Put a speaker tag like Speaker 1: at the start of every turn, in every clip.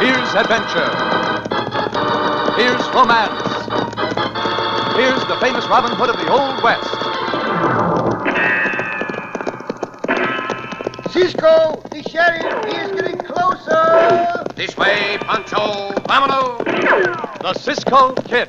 Speaker 1: Here's adventure. Here's romance. Here's the famous Robin Hood of the Old West.
Speaker 2: Cisco, the sheriff, he is getting closer.
Speaker 3: This way, Pancho. Vámonos.
Speaker 1: The Cisco Kid.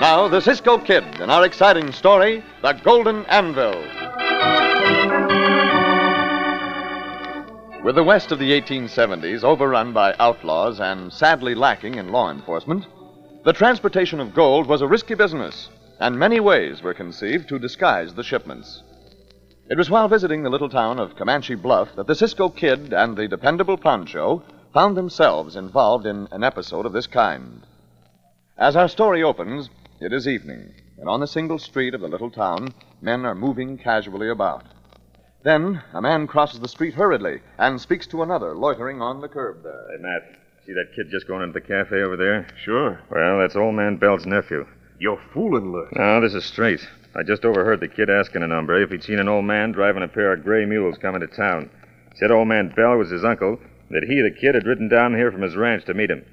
Speaker 1: Now, the Cisco Kid and our exciting story, The Golden Anvil. With the West of the 1870s overrun by outlaws and sadly lacking in law enforcement, the transportation of gold was a risky business, and many ways were conceived to disguise the shipments. It was while visiting the little town of Comanche Bluff that the Cisco Kid and the dependable Pancho found themselves involved in an episode of this kind. As our story opens, it is evening, and on the single street of the little town, men are moving casually about. Then a man crosses the street hurriedly and speaks to another loitering on the curb there.
Speaker 4: Hey, Matt, see that kid just going into the cafe over there?
Speaker 5: Sure.
Speaker 4: Well, that's old man Bell's nephew.
Speaker 5: You're fooling, Lou.
Speaker 4: No, this is straight. I just overheard the kid asking an hombre if he'd seen an old man driving a pair of gray mules coming to town. Said old man Bell was his uncle, that he, the kid, had ridden down here from his ranch to meet him.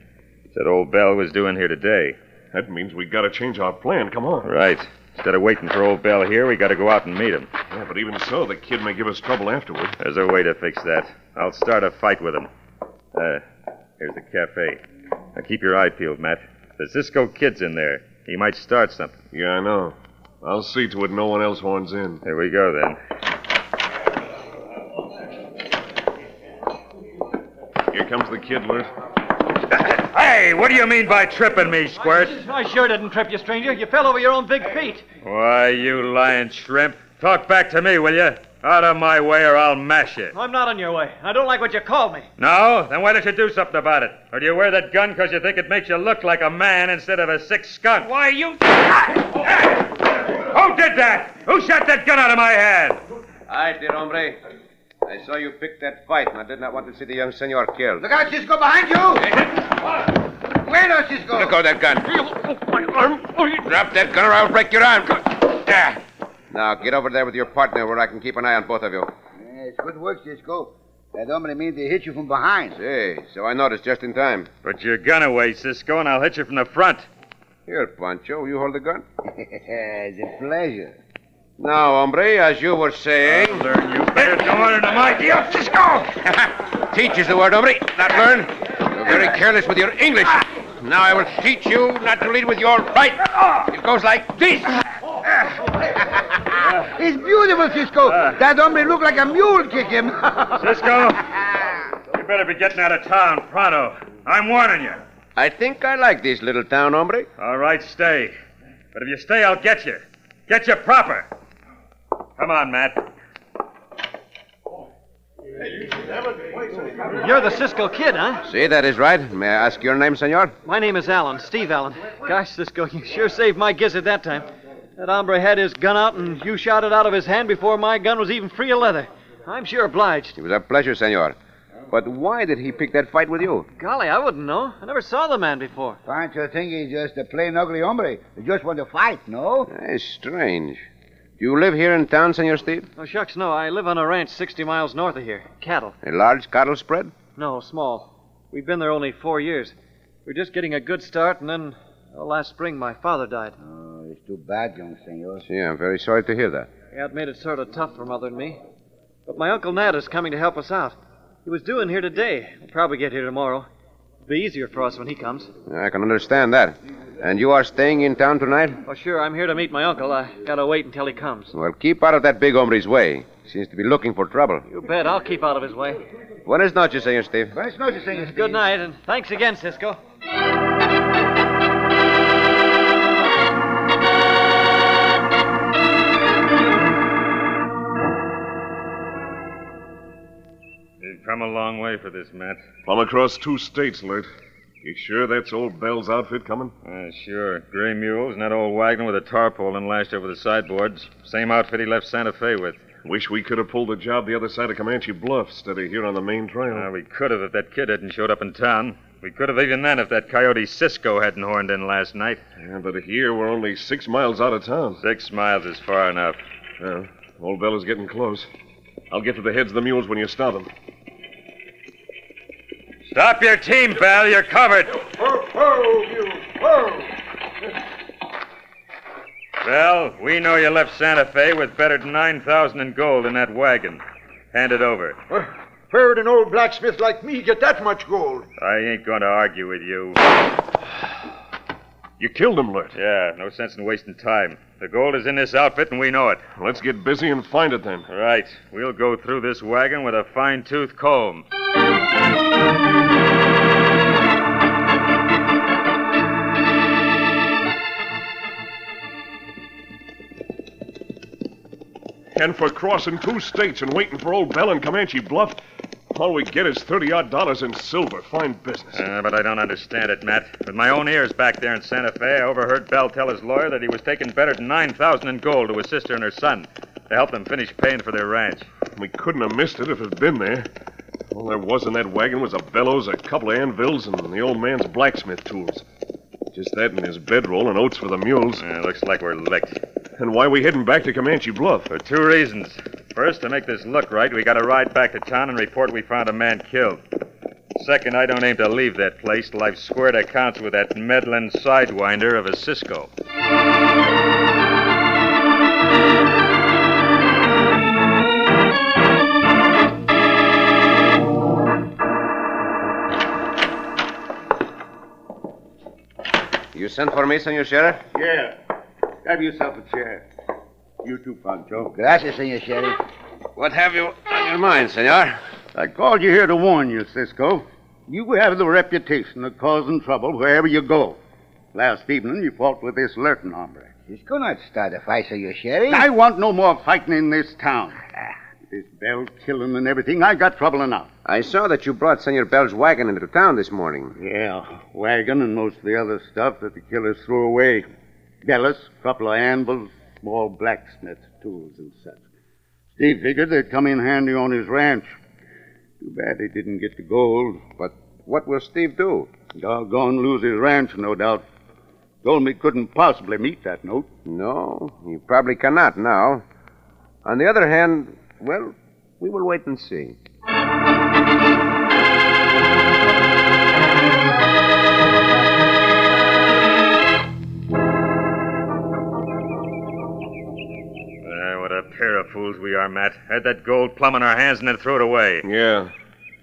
Speaker 4: Said old Bell was due in here today.
Speaker 5: That means we gotta change our plan. Come on.
Speaker 4: Right. Instead of waiting for old Bell here, we gotta go out and meet him.
Speaker 5: Yeah, but even so, the kid may give us trouble afterward.
Speaker 4: There's a way to fix that. I'll start a fight with him. Uh, here's the cafe. Now keep your eye peeled, Matt. The Cisco kid's in there. He might start something.
Speaker 5: Yeah, I know. I'll see to it no one else horns in.
Speaker 4: Here we go, then.
Speaker 5: Here comes the kid, Lurt.
Speaker 4: Hey, what do you mean by tripping me, Squirt?
Speaker 6: I sure didn't trip you, stranger. You fell over your own big feet.
Speaker 4: Why, you lying shrimp. Talk back to me, will you? Out of my way or I'll mash you.
Speaker 6: I'm not on your way. I don't like what you call me.
Speaker 4: No? Then why don't you do something about it? Or do you wear that gun because you think it makes you look like a man instead of a sick skunk? Why, you. Who did that? Who shot that gun out of my hand?
Speaker 3: I did, hombre. I saw you pick that fight, and I did not want to see the young senor killed.
Speaker 2: Look out, Cisco, behind you. Bueno, Cisco.
Speaker 3: Let go of that gun. Drop that gun or I'll break your arm. Come on. Yeah. Now, get over there with your partner where I can keep an eye on both of you.
Speaker 2: Yes, Eh, good work, Cisco. That hombre means they hit you from behind.
Speaker 3: Hey, so I noticed just in time.
Speaker 4: Put your gun away, Cisco, and I'll hit you from the front.
Speaker 3: Here, Pancho, you hold the gun.
Speaker 2: it's a pleasure.
Speaker 3: Now, hombre, as you were saying.
Speaker 4: Learn you better don't order to my deal, Cisco!
Speaker 3: Teach is the word, hombre, not learn. You're very careless with your English. Now I will teach you not to lead with your right. It goes like this.
Speaker 2: It's beautiful, Cisco.
Speaker 7: Ah.
Speaker 2: that hombre look like a mule kick him.
Speaker 4: Cisco, you better be getting out of town pronto. I'm warning you.
Speaker 3: I think I like this little town, hombre.
Speaker 4: All right, stay. But if you stay, I'll get you. Get you proper. Come on, Matt.
Speaker 6: You're the Cisco kid, huh?
Speaker 3: See, that is right. May I ask your name, senor?
Speaker 6: My name is Allen, Steve Allen. Gosh, Cisco, you sure saved my gizzard that time. That hombre had his gun out, and you shot it out of his hand before my gun was even free of leather. I'm sure obliged.
Speaker 3: It was a pleasure, senor. But why did he pick that fight with you?
Speaker 6: Golly, I wouldn't know. I never saw the man before.
Speaker 2: Pancho think he's just a plain ugly hombre. He just want to fight, no?
Speaker 3: That's Eh, strange. Do you live here in town, senor Steve?
Speaker 6: Oh, shucks, no. I live on a ranch 60 miles north of here. Cattle.
Speaker 3: A large cattle spread?
Speaker 6: No, small. We've been there only four years. We're just getting a good start, and then well, last spring my father died.
Speaker 2: Oh, it's too bad, young senor.
Speaker 3: Gee, I'm very sorry to hear that.
Speaker 6: Yeah, it made it sort of tough for Mother and me. But my Uncle Nat is coming to help us out. He was due in here today. He'll probably get here tomorrow. It'll be easier for us when he comes.
Speaker 3: I can understand that. And you are staying in town tonight?
Speaker 6: Oh, sure, I'm here to meet my uncle. I gotta wait until he comes.
Speaker 3: Well, keep out of that big hombre's way. Seems to be looking for trouble.
Speaker 6: You bet, I'll keep out of his way.
Speaker 3: Buenas noches, senor Steve.
Speaker 2: Buenas noches, senor.
Speaker 6: Good night, and thanks again, Cisco.
Speaker 4: come a long way for this, Matt.
Speaker 5: From across two states, Lert. You sure that's old Bell's outfit coming?
Speaker 4: Uh, sure. Gray mules and that old wagon with a tarpaulin lashed over the sideboards. Same outfit he left Santa Fe with.
Speaker 5: Wish we could have pulled a job the other side of Comanche Bluff instead of here on the main trail.
Speaker 4: Uh, we could have if that kid hadn't showed up in town. We could have even then if that coyote Cisco hadn't horned in last night.
Speaker 5: Yeah, but here we're only six miles out of town.
Speaker 4: Six miles is far enough.
Speaker 5: Yeah, old Bell is getting close. I'll get to the heads of the mules when you stop them.
Speaker 4: Stop your team, Bell. You're covered. Bell, we know you left Santa Fe with better than 9,000 in gold in that wagon. Hand it over.
Speaker 8: Where'd an old blacksmith like me get that much gold?
Speaker 4: I ain't going to argue with you.
Speaker 5: You killed him, Lert.
Speaker 4: Yeah, no sense in wasting time. The gold is in this outfit, and we know it.
Speaker 5: Let's get busy and find it then.
Speaker 4: Right. We'll go through this wagon with a fine tooth comb.
Speaker 5: And for crossing two states and waiting for old Bell and Comanche Bluff, all we get is 30 odd dollars in silver. Fine business.
Speaker 4: Uh, but I don't understand it, Matt. With my own ears back there in Santa Fe, I overheard Bell tell his lawyer that he was taking better than 9,000 in gold to his sister and her son to help them finish paying for their ranch.
Speaker 5: We couldn't have missed it if it'd been there. All there was in that wagon was a bellows, a couple of anvils, and the old man's blacksmith tools. Just that and his bedroll and oats for the mules.
Speaker 4: Uh, looks like we're licked.
Speaker 5: And why we heading back to Comanche Bluff?
Speaker 4: For two reasons. First, to make this look right, we gotta ride back to town and report we found a man killed. Second, I don't aim to leave that place till I've squared accounts with that meddling sidewinder of a Cisco.
Speaker 3: You sent for me, Senor Sheriff?
Speaker 2: Yeah. Grab yourself a chair. You too, Pancho. Gracias, Senor Sheriff.
Speaker 3: What have you on your mind, Senor?
Speaker 2: I called you here to warn you, Cisco. You have the reputation of causing trouble wherever you go. Last evening, you fought with this Lurton hombre.
Speaker 7: Cisco not start a fight, Senor Sheriff.
Speaker 2: I want no more fighting in this town. This bell killing and everything, I got trouble enough.
Speaker 3: I saw that you brought Senor Bell's wagon into town this morning.
Speaker 2: Yeah, wagon and most of the other stuff that the killers threw away. Bellows, couple of anvils, small blacksmith tools and such. Steve figured they'd come in handy on his ranch. Too bad he didn't get the gold.
Speaker 3: But what will Steve do?
Speaker 2: Doggone lose his ranch, no doubt. Told me couldn't possibly meet that note.
Speaker 3: No, you probably cannot now. On the other hand, well, we will wait and see.
Speaker 4: Uh, what a pair of fools we are, Matt. Had that gold plumb in our hands and then threw it away.
Speaker 5: Yeah.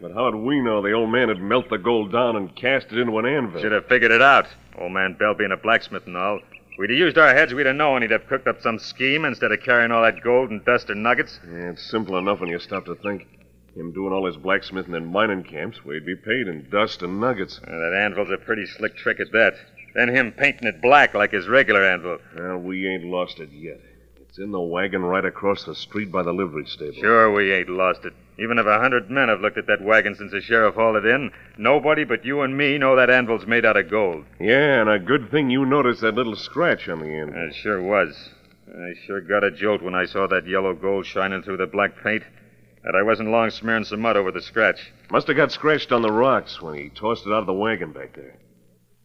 Speaker 5: But how did we know the old man had melted the gold down and cast it into an anvil?
Speaker 4: Should have figured it out. Old man Bell being a blacksmith and all. We'd have used our heads, we'd have known he'd have cooked up some scheme instead of carrying all that gold and dust or nuggets.
Speaker 5: Yeah, it's simple enough when you stop to think. Him doing all his blacksmithing in mining camps, we'd be paid in dust and nuggets.
Speaker 4: Uh, that anvil's a pretty slick trick at that. Then him painting it black like his regular anvil.
Speaker 5: Well, we ain't lost it yet. It's in the wagon right across the street by the livery stable.
Speaker 4: Sure, we ain't lost it. Even if a hundred men have looked at that wagon since the sheriff hauled it in, nobody but you and me know that anvil's made out of gold.
Speaker 5: Yeah, and a good thing you noticed that little scratch on the end.
Speaker 4: It sure was. I sure got a jolt when I saw that yellow gold shining through the black paint. And I wasn't long smearing some mud over the scratch.
Speaker 5: Must have got scratched on the rocks when he tossed it out of the wagon back there.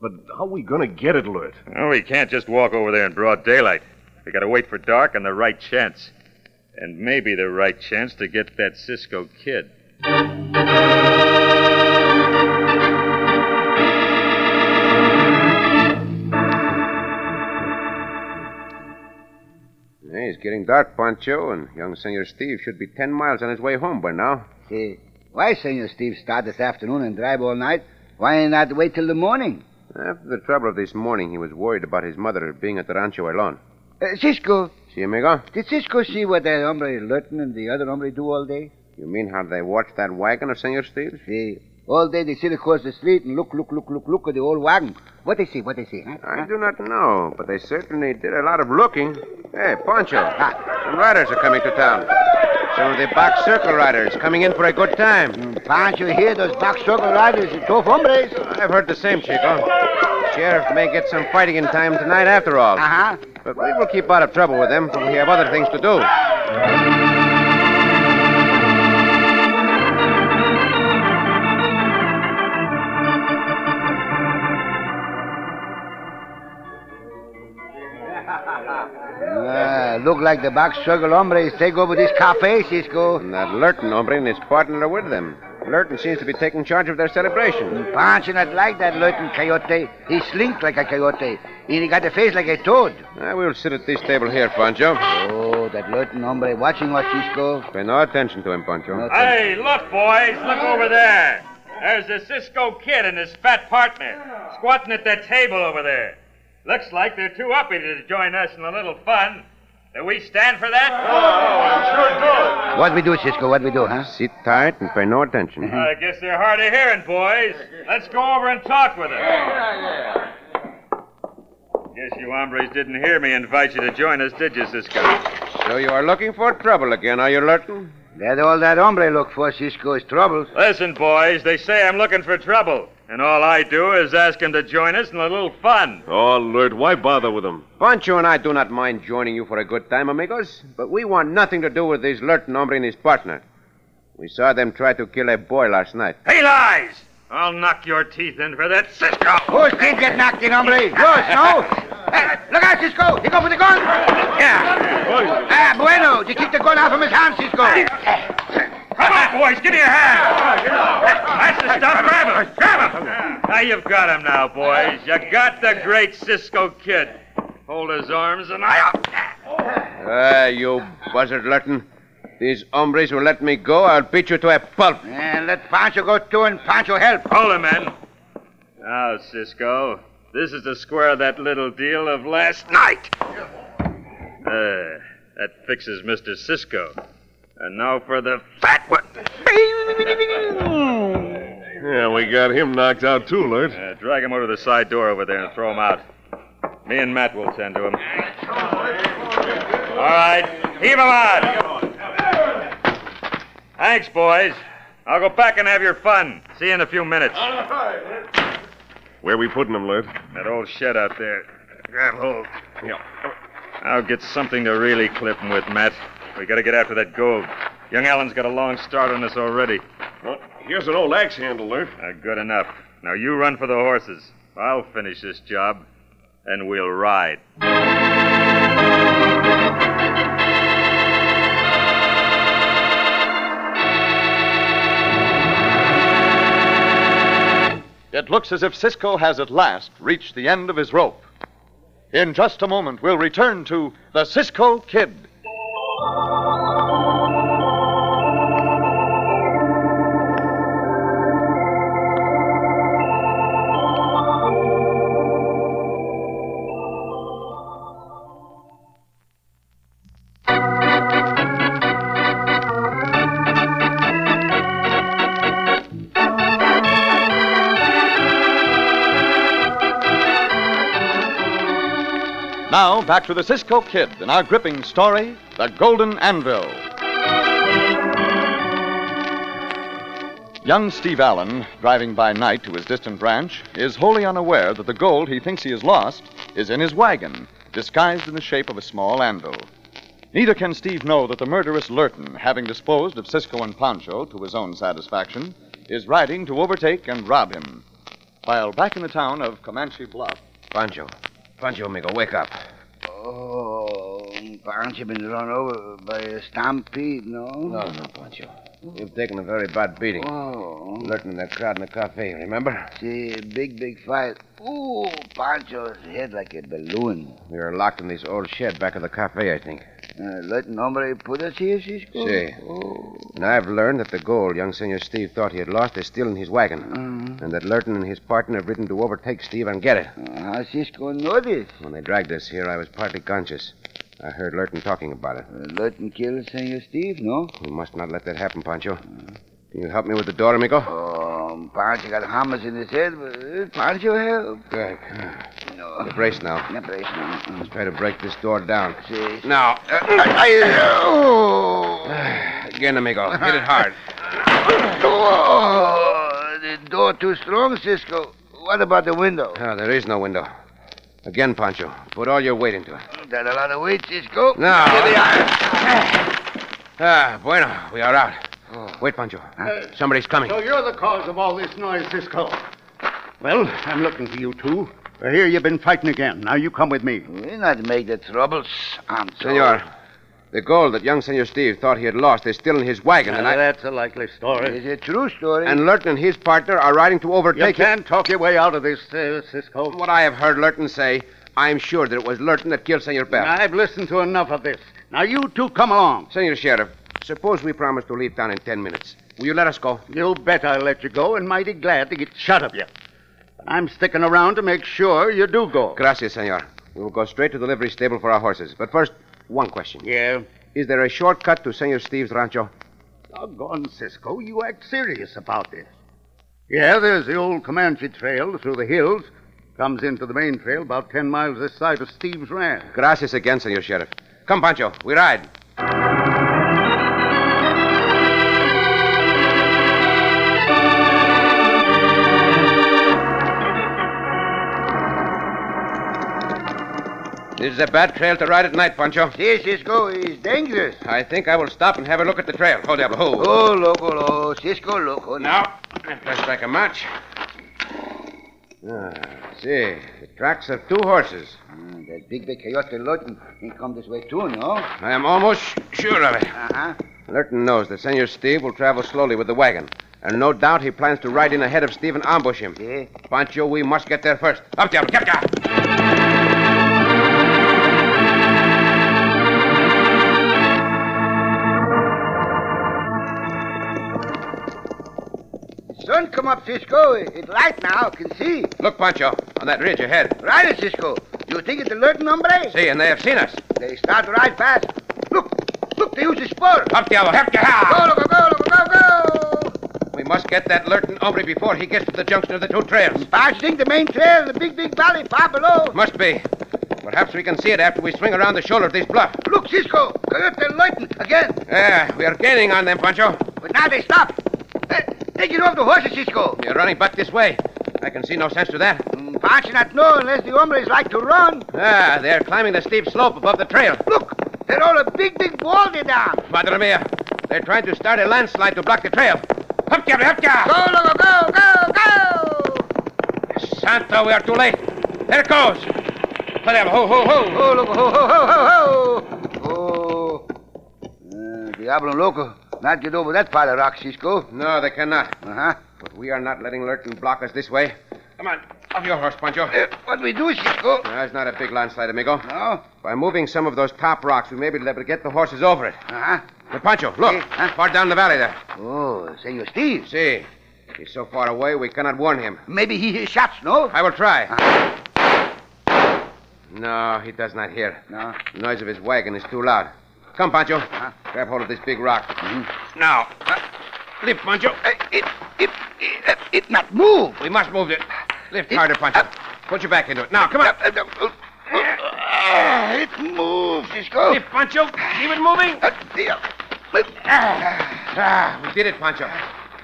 Speaker 5: But how we gonna get it, Lurt?
Speaker 4: Well, we can't just walk over there in broad daylight. We gotta wait for dark and the right chance. And maybe the right chance to get that Cisco kid.
Speaker 3: Yeah, it's getting dark, Pancho, and young Senor Steve should be ten miles on his way home by now.
Speaker 7: See, why, Senor Steve, start this afternoon and drive all night? Why not wait till the morning?
Speaker 3: After the trouble of this morning, he was worried about his mother being at the rancho alone.
Speaker 2: Eh,
Speaker 7: Uh, Cisco,
Speaker 3: See, amigo?
Speaker 7: did Cisco see what that hombre Lurton and the other hombre do all day?
Speaker 3: You mean how they watched that wagon of Senor Steve's?
Speaker 7: See, all day they sit across the street and look, look, look, look, look at the old wagon. What they see, what they see, huh?
Speaker 3: I do not know, but they certainly did a lot of looking. Hey, Pancho, some riders are coming to town. to the box circle riders coming in for a good time.
Speaker 7: Can't you hear those box circle riders? They're Tough hombres.
Speaker 3: I've heard the same, Chico. Sheriff may get some fighting in time tonight after all.
Speaker 7: Uh-huh.
Speaker 3: But we will keep out of trouble with them, for we have other things to do.
Speaker 7: Ah, look like the box circle hombres take over this cafe, Cisco.
Speaker 3: And that Lurton hombre and his partner are with them. Lurton seems to be taking charge of their celebration.
Speaker 7: Pancho not like that Lurton coyote. He slinks like a coyote. And he got a face like a toad.
Speaker 3: Ah, we'll sit at this table here, Pancho.
Speaker 7: Oh, that Lurton hombre watching us, Cisco.
Speaker 3: Pay no attention to him, Pancho.
Speaker 7: No.
Speaker 4: Hey, look, boys, look over there. There's the Cisco kid and his fat partner squatting at that table over there. Looks like they're too uppity to join us in a little fun. Do we stand for that?
Speaker 7: What we do, Cisco? What we do, huh?
Speaker 3: Sit tight and pay no attention.
Speaker 4: I guess they're hard of hearing, boys. Let's go over and talk with them. Guess you hombres didn't hear me invite you to join us, did you, Cisco?
Speaker 3: So you are looking for trouble again, are you, Lurton?
Speaker 7: That all that hombre look for, Cisco, is troubles.
Speaker 4: Listen, boys, they say I'm looking for trouble. And all I do is ask him to join us in a little fun.
Speaker 5: Oh, Lurt, why bother with them?
Speaker 3: Pancho and I do not mind joining you for a good time, amigos, but we want nothing to do with this Lurton hombre and his partner. We saw them try to kill a boy last night.
Speaker 4: He lies! I'll knock your teeth in for that Cisco.
Speaker 7: Who's did get knocked in, hombre? Yours, no? Hey, look out, Cisco. He go for the gun. Yeah. Ah, bueno. You keep the gun out from his hand, Cisco.
Speaker 4: Come on, boys, give me a hand. That's the stuff. Grab him. Grab him. Now you've got him now, boys. You got the great Cisco kid. Hold his arms and I.
Speaker 3: Ah, you buzzard, Lurton. These hombres will let me go. I'll beat you to a pulp.
Speaker 7: And let Pancho go too, and Pancho help.
Speaker 4: Hold him, men. Now, Cisco, this is to square that little deal of last night. Uh, that fixes Mr. Cisco. And now for the fat one.
Speaker 5: Yeah, we got him knocked out too, Lurt.
Speaker 4: Uh, drag him over to the side door over there and throw him out. Me and Matt will tend to him. All right, heave him on. Thanks, boys. I'll go back and have your fun. See you in a few minutes.
Speaker 5: Where we putting him, Lurt?
Speaker 4: That old shed out there. Grab hold.
Speaker 5: Yeah.
Speaker 4: I'll get something to really clip him with, Matt. We gotta get after that gold. Young Allen's got a long start on us already.
Speaker 5: Well, here's an old axe handle, Lurt.
Speaker 4: Uh, good enough. Now you run for the horses. I'll finish this job, and we'll ride.
Speaker 1: It looks as if Cisco has at last reached the end of his rope. In just a moment, we'll return to the Cisco Kid. Now, back to the Cisco Kid and our gripping story The Golden Anvil. Young Steve Allen, driving by night to his distant ranch, is wholly unaware that the gold he thinks he has lost is in his wagon, disguised in the shape of a small anvil. Neither can Steve know that the murderous Lurton, having disposed of Cisco and Pancho to his own satisfaction, is riding to overtake and rob him. While back in the town of Comanche Bluff,
Speaker 3: Pancho. Pancho, amigo, wake up.
Speaker 7: Oh, Pancho been run over by a stampede, no?
Speaker 3: No, no, Pancho. You've taken a very bad beating.
Speaker 7: Oh,
Speaker 3: Lurton, that crowd in the cafe, remember?
Speaker 7: see, big, big fight. Ooh, Pancho's head like a balloon.
Speaker 3: We were locked in this old shed back of the cafe, I think.
Speaker 7: Uh, letting hombre put us here, Cisco?
Speaker 3: See.
Speaker 7: Oh.
Speaker 3: And I've learned that the gold young Senor Steve thought he had lost is still in his wagon.
Speaker 7: Uh-huh.
Speaker 3: And that Lurton and his partner have ridden to overtake Steve and get it.
Speaker 7: How Ah, Cisco know this?
Speaker 3: When they dragged us here, I was partly conscious. I heard Lurton talking about it.
Speaker 7: Uh, Lurton killed Senor Steve, no?
Speaker 3: We must not let that happen, Pancho. Can you help me with the door, amigo?
Speaker 7: Um, Pancho got hammers in his head. but uh, Pancho help.
Speaker 3: Good.
Speaker 7: No.
Speaker 3: The brace now.
Speaker 7: The brace now.
Speaker 3: Try to break this door down.
Speaker 7: See.
Speaker 3: Now.
Speaker 7: I, I, oh.
Speaker 3: uh, Again, amigo. Hit it hard.
Speaker 7: Oh, the door too strong, Cisco. What about the window?
Speaker 3: Oh, there is no window. Again, Pancho. Put all your weight into it.
Speaker 7: That a lot of weight, Cisco.
Speaker 3: No.
Speaker 7: Here they are.
Speaker 3: Ah, bueno. We are out. Wait, Pancho. Somebody's coming.
Speaker 2: So you're the cause of all this noise, Cisco. Well, I'm looking for you two. I hear you've been fighting again. Now you come with me.
Speaker 7: We not make the troubles, Santo.
Speaker 3: Senor, the gold that young Senor Steve thought he had lost is still in his wagon, and
Speaker 2: Now,
Speaker 3: I.
Speaker 2: That's a likely story.
Speaker 7: It's a true story.
Speaker 3: And Lurton and his partner are riding to
Speaker 2: You
Speaker 3: overtake him.
Speaker 2: can't talk your way out of this, uh, Cisco.
Speaker 3: From what I have heard Lurton say, I'm sure that it was Lurton that killed Senor Bell.
Speaker 2: I've listened to enough of this. Now you two come along.
Speaker 3: Senor Sheriff, suppose we promise to leave town in ten minutes. Will you let us go?
Speaker 2: You bet I'll let you go, and mighty glad to get shut of you. But I'm sticking around to make sure you do go.
Speaker 3: Gracias, senor. We will go straight to the livery stable for our horses. But first, one question.
Speaker 2: Yeah.
Speaker 3: Is there a shortcut to Senor Steve's rancho?
Speaker 2: Doggone, Cisco, you act serious about this. Yeah, there's the old Comanche trail through the hills. Comes into the main trail about ten miles this side of Steve's Ranch.
Speaker 3: Gracias again, senor Sheriff. Come, Pancho. We ride. This is a bad trail to ride at night, Pancho.
Speaker 7: See, Cisco, it's dangerous.
Speaker 3: I think I will stop and have a look at the trail. Hold up. Ho.
Speaker 7: Oh, loco, lo, Cisco, loco.
Speaker 3: Now, that looks like a match. Ah, see, the tracks of two horses.
Speaker 7: Mm, that big big coyote Lurton, he come this way too, no? Uh
Speaker 3: I am almost sure of it.
Speaker 7: huh.
Speaker 3: Lurton knows that Senor Steve will travel slowly with the wagon, and no doubt he plans to ride in ahead of Steve and ambush him.
Speaker 7: See?
Speaker 3: Pancho, we must get there first. Up, Diablo, get up.
Speaker 7: Sun come up, Cisco. It's light now. Can see.
Speaker 3: Look, Pancho, on that ridge ahead.
Speaker 7: Right, Cisco. You think it's the Lurton hombre?
Speaker 3: See, and they have seen us.
Speaker 7: They start to ride fast. Look, look, they use the spur.
Speaker 3: Up, Diablo, help
Speaker 7: Go,
Speaker 3: ya.
Speaker 7: loco, go, loco, go, go.
Speaker 3: We must get that Lurton hombre before he gets to the junction of the two trails.
Speaker 7: Barge think the main trail, the big, big valley far below.
Speaker 3: Must be. Perhaps we can see it after we swing around the shoulder of this bluff.
Speaker 7: Look, Cisco, coyote Lurton again.
Speaker 3: Yeah, we are gaining on them, Pancho.
Speaker 7: But now they stop. Hey, They get off the horses, Cisco.
Speaker 3: We are running back this way. I can see no sense to that.
Speaker 7: Mm, Barge not know unless the hombres like to run.
Speaker 3: Ah, they are climbing the steep slope above the trail.
Speaker 7: Look, they're all a big, big ball they down.
Speaker 3: Madre mia, they're trying to start a landslide to block the trail. Up, Captain, up, Captain.
Speaker 7: Go, loco, go, go, go.
Speaker 3: Santo, we are too late. There it goes. Hurry up, ho, ho, ho.
Speaker 7: Oh, loco, ho, ho, ho, ho, ho. Oh. Uh, Diablo loco. Not get over that pile of rocks, Cisco.
Speaker 3: No, they cannot.
Speaker 7: Uh-huh.
Speaker 3: But we are not letting Lurton block us this way. Come on, off your horse, Pancho.
Speaker 7: Uh, what we do, Cisco?
Speaker 3: No, it's not a big landslide, amigo.
Speaker 7: No?
Speaker 3: By moving some of those top rocks, we may be able to get the horses over it.
Speaker 7: Uh-huh.
Speaker 3: But, Pancho, look.
Speaker 7: Eh, huh?
Speaker 3: Far down the valley there.
Speaker 7: Oh, Senor Steve.
Speaker 3: See, he's so far away we cannot warn him.
Speaker 7: Maybe he hears shots, no?
Speaker 3: I will try. No, he does not hear.
Speaker 7: No.
Speaker 3: The noise of his wagon is too loud. Come, Pancho. Grab hold of this big rock. Now, uh, lift, Pancho.
Speaker 7: Uh, it, it, it, uh, it not move.
Speaker 3: We must move it. Lift harder, Pancho. Put your back into it. Now, come on.
Speaker 7: Uh, uh, uh, uh, it moves, Cisco.
Speaker 3: Lift, Pancho. Keep it moving.
Speaker 7: Uh, the- uh, ah.
Speaker 3: Ah, we did it, Pancho.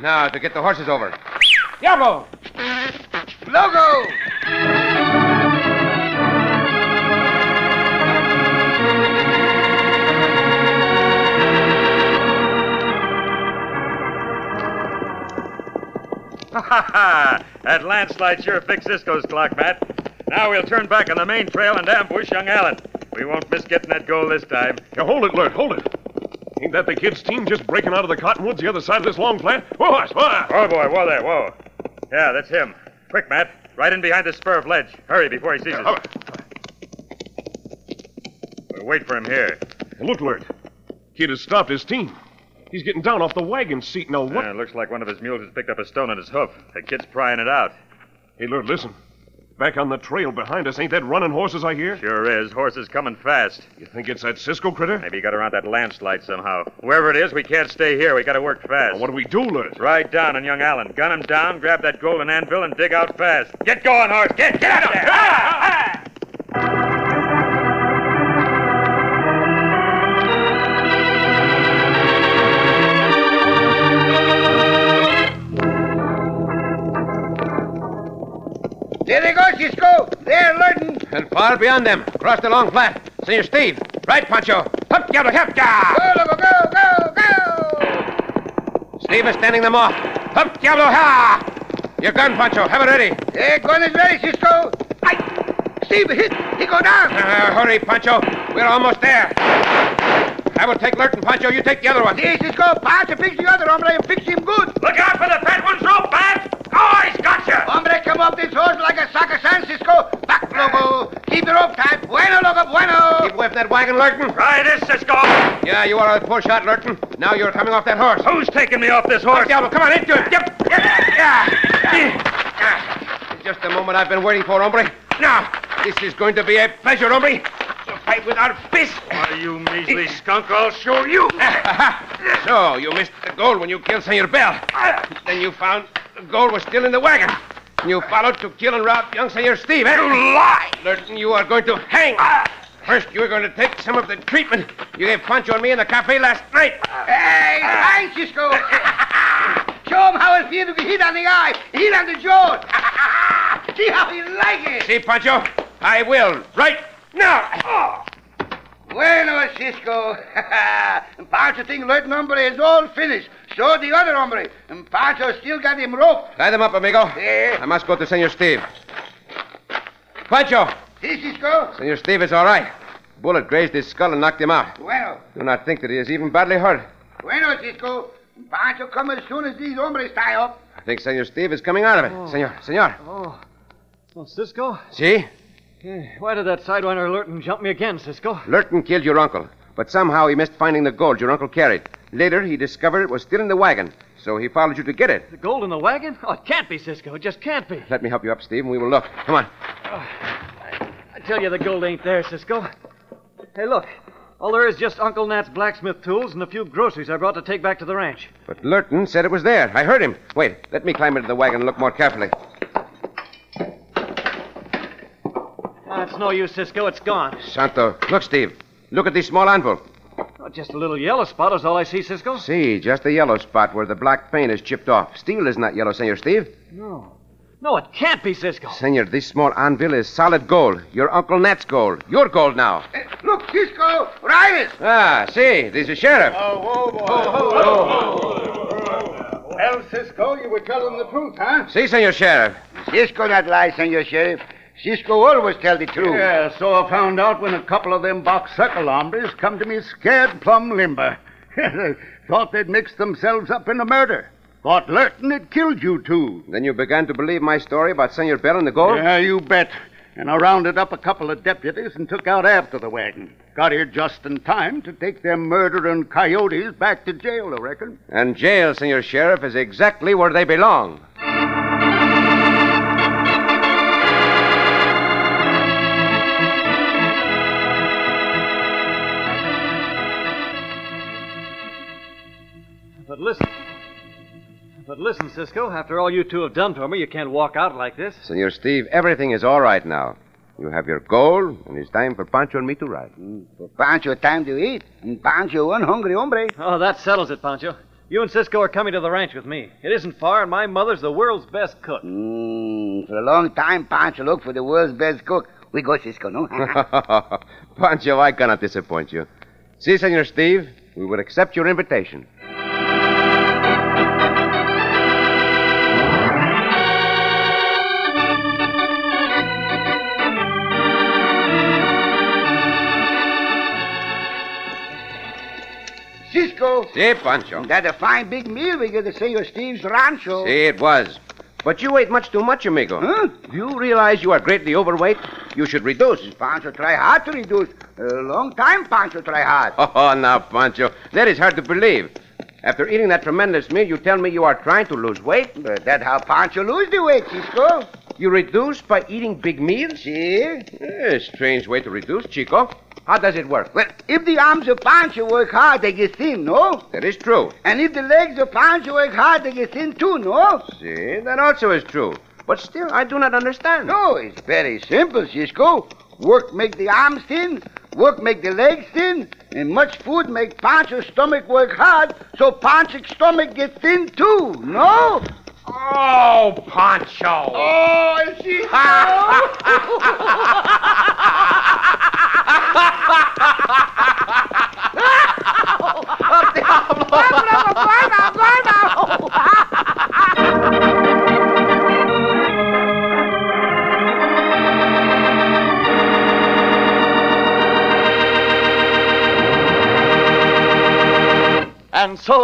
Speaker 3: Now, to get the horses over.
Speaker 7: Diablo! Logo!
Speaker 4: Ha ha ha! That landslide sure fixed Cisco's clock, Matt. Now we'll turn back on the main trail and ambush young Allen. We won't miss getting that goal this time.
Speaker 5: Now, hold it, Lurt. Hold it. Ain't that the kid's team just breaking out of the cottonwoods the other side of this long flat? Whoa, horse, whoa!
Speaker 4: Oh boy, whoa there, whoa. Yeah, that's him. Quick, Matt. Right in behind this spur of ledge. Hurry before he sees
Speaker 5: All
Speaker 3: Oh.
Speaker 4: us.
Speaker 5: right.
Speaker 4: We'll wait for him here.
Speaker 5: Look, Lurt. Kid has stopped his team. He's getting down off the wagon seat. Now, what?
Speaker 4: Yeah, looks like one of his mules has picked up a stone on his hoof. The kid's prying it out.
Speaker 5: Hey, Lurt, listen. Back on the trail behind us, ain't that running horses I hear?
Speaker 4: Sure is. Horses coming fast.
Speaker 5: You think it's that Cisco critter?
Speaker 4: Maybe he got around that landslide somehow. Wherever it is, we can't stay here. We gotta work fast.
Speaker 5: Now, what do we do, Lurt?
Speaker 4: Ride down on young Allen. Gun him down, grab that golden anvil, and dig out fast. Get going, horse. Get, get out there. Ah, ah.
Speaker 3: and far beyond them, across the long flat. Senor Steve, right, Pancho. Hup, yabba, hup, ya!
Speaker 7: Go, Lobo, go, go, go!
Speaker 3: Steve is standing them off. Hup, Diablo, ha! Your gun, Pancho. Have it ready.
Speaker 7: The gun is ready, Cisco. I... Steve, hit! He go down!
Speaker 3: Uh, hurry, Pancho. We're almost there. I will take Lurton, Pancho. You take the other one.
Speaker 7: There, Cisco, pass to fix the other hombre and fix him good.
Speaker 3: Look out for the fat one, so bad. Oh, he's got you.
Speaker 7: Hombre, come off this horse like a sack of sand, Cisco. Back, Lobo. Keep the rope tight. Bueno, Lobo, bueno.
Speaker 3: Keep away from that wagon, Lurton.
Speaker 9: Try this, Cisco.
Speaker 3: Yeah, you are a poor shot, Lurton. Now you're coming off that horse.
Speaker 9: Who's taking me off this
Speaker 3: Hup,
Speaker 9: horse?
Speaker 3: Diablo, come on, into him. Yep. Yep. Yeah. Yeah. Just the moment I've been waiting for, hombre. Now, this is going to be a pleasure, hombre. To fight with our fists.
Speaker 9: Why, you measly skunk, I'll show you.
Speaker 3: Ah, so, you missed the gold when you killed Senor Bell. Then you found the gold was still in the wagon. And You followed to kill and rob young Senor Steve, eh? You lie! Ah! Lurton, you are going to hang. First, you're going to take some of the treatment you gave Pancho and me in the cafe last night.
Speaker 7: Hey, fine, Cisco. Show him how it feels to be hit on the eye, hit on the jaw. See how he like it.
Speaker 3: See, Pancho? I will, right now.
Speaker 7: Bueno, Cisco. Pancho think Lieutenant Hombre is all finished. So the other hombre. And Pancho still got him roped.
Speaker 3: Tie them up, amigo.
Speaker 7: Eh.
Speaker 3: I must go to Senor Steve. Pancho!
Speaker 7: See, Cisco?
Speaker 3: Senor Steve is all right. Bullet grazed his skull and knocked him out.
Speaker 7: Bueno.
Speaker 3: Do not think that he is even badly hurt.
Speaker 7: Bueno, Cisco. Pancho come as soon as these hombres tie up.
Speaker 3: I think Senor Steve is coming out of it. Senor, senor.
Speaker 6: Oh. Oh, Cisco?
Speaker 3: See?
Speaker 6: Eh, Why did that sidewinder Lurton jump me again, Cisco?
Speaker 3: Lurton killed your uncle, but somehow he missed finding the gold your uncle carried. Later, he discovered it was still in the wagon, so he followed you to get it.
Speaker 6: The gold in the wagon? Oh, it can't be, Cisco. It just can't be.
Speaker 3: Let me help you up, Steve, and we will look. Come on.
Speaker 6: I tell you, the gold ain't there, Cisco. Hey, look. All there is just Uncle Nat's blacksmith tools and a few groceries I brought to take back to the ranch.
Speaker 3: But Lurton said it was there. I heard him. Wait, let me climb into the wagon and look more carefully.
Speaker 6: Ah, it's no use, Cisco. It's gone.
Speaker 3: Santo, look, Steve. Look at this small anvil.
Speaker 6: Oh, just a little yellow spot is all I see, Cisco.
Speaker 3: See, just the yellow spot where the black paint is chipped off. Steel is not yellow, Senor Steve.
Speaker 6: No. No, it can't be, Cisco.
Speaker 3: Senor, this small anvil is solid gold. Your Uncle Nat's gold. Your gold now.
Speaker 7: Eh, Look, Cisco, riders.
Speaker 3: Ah, see, this is Sheriff.
Speaker 7: Oh,
Speaker 2: Well, Cisco, you were telling the truth, huh?
Speaker 3: See, Senor Sheriff.
Speaker 7: Cisco not lie, Senor Sheriff. Cisco always tell the truth.
Speaker 2: Yeah, so I found out when a couple of them box circle hombres come to me scared plumb limber. Thought they'd mixed themselves up in a murder. Thought Lurton had killed you two.
Speaker 3: Then you began to believe my story about Senor Bell and the
Speaker 7: Oh.
Speaker 3: gold?
Speaker 2: Yeah, you bet. And I rounded up a couple of deputies and took out after the wagon. Got here just in time to take them murdering coyotes back to jail, I reckon.
Speaker 3: And jail, Senor Sheriff, is exactly where they belong.
Speaker 6: But listen. But listen, Cisco. After all you two have done for me, you can't walk out like this.
Speaker 3: Senor Steve, everything is all right now. You have your gold, and it's time for Pancho and me to ride.
Speaker 7: Mm, Pancho time to eat. And Pancho one hungry hombre.
Speaker 6: Oh, that settles it, Pancho. You and Cisco are coming to the ranch with me. It isn't far, and my mother's the world's best cook.
Speaker 7: Mm, for a long time, Pancho look for the world's best cook. We go, Cisco, no?
Speaker 3: Pancho, I cannot disappoint you. See, Senor Steve, we will accept your invitation.
Speaker 7: Cisco,
Speaker 3: See, Pancho.
Speaker 7: that a fine big meal we get at Senor Steve's Rancho.
Speaker 3: See, it was. But you ate much too much, amigo.
Speaker 7: Huh?
Speaker 3: Do you realize you are greatly overweight? You should reduce.
Speaker 7: Pancho try hard to reduce. A long time, Pancho try hard.
Speaker 3: Oh, now, Pancho, that is hard to believe. After eating that tremendous meal, you tell me you are trying to lose weight?
Speaker 7: But Uh, that how Pancho lose the weight, Cisco.
Speaker 3: You reduce by eating big meals?
Speaker 7: See?
Speaker 3: Eh, strange way to reduce, Chico. How does it work?
Speaker 7: Well, if the arms of Pancho work hard, they get thin, no?
Speaker 3: That is true.
Speaker 7: And if the legs of Pancho work hard, they get thin too, no?
Speaker 3: See, that also is true. But still, I do not understand.
Speaker 7: No, it's very simple, Cisco. Work make the arms thin, work make the legs thin, and much food make Pancho's stomach work hard, so Pancho's stomach get thin too, no?
Speaker 3: Oh, Poncho.
Speaker 9: Oh, is she?
Speaker 1: And so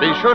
Speaker 1: Be sure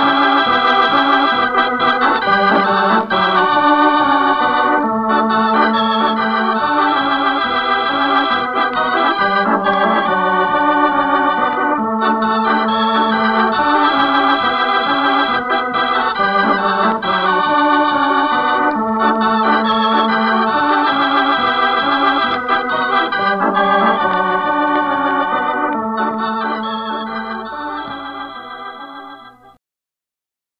Speaker 9: you.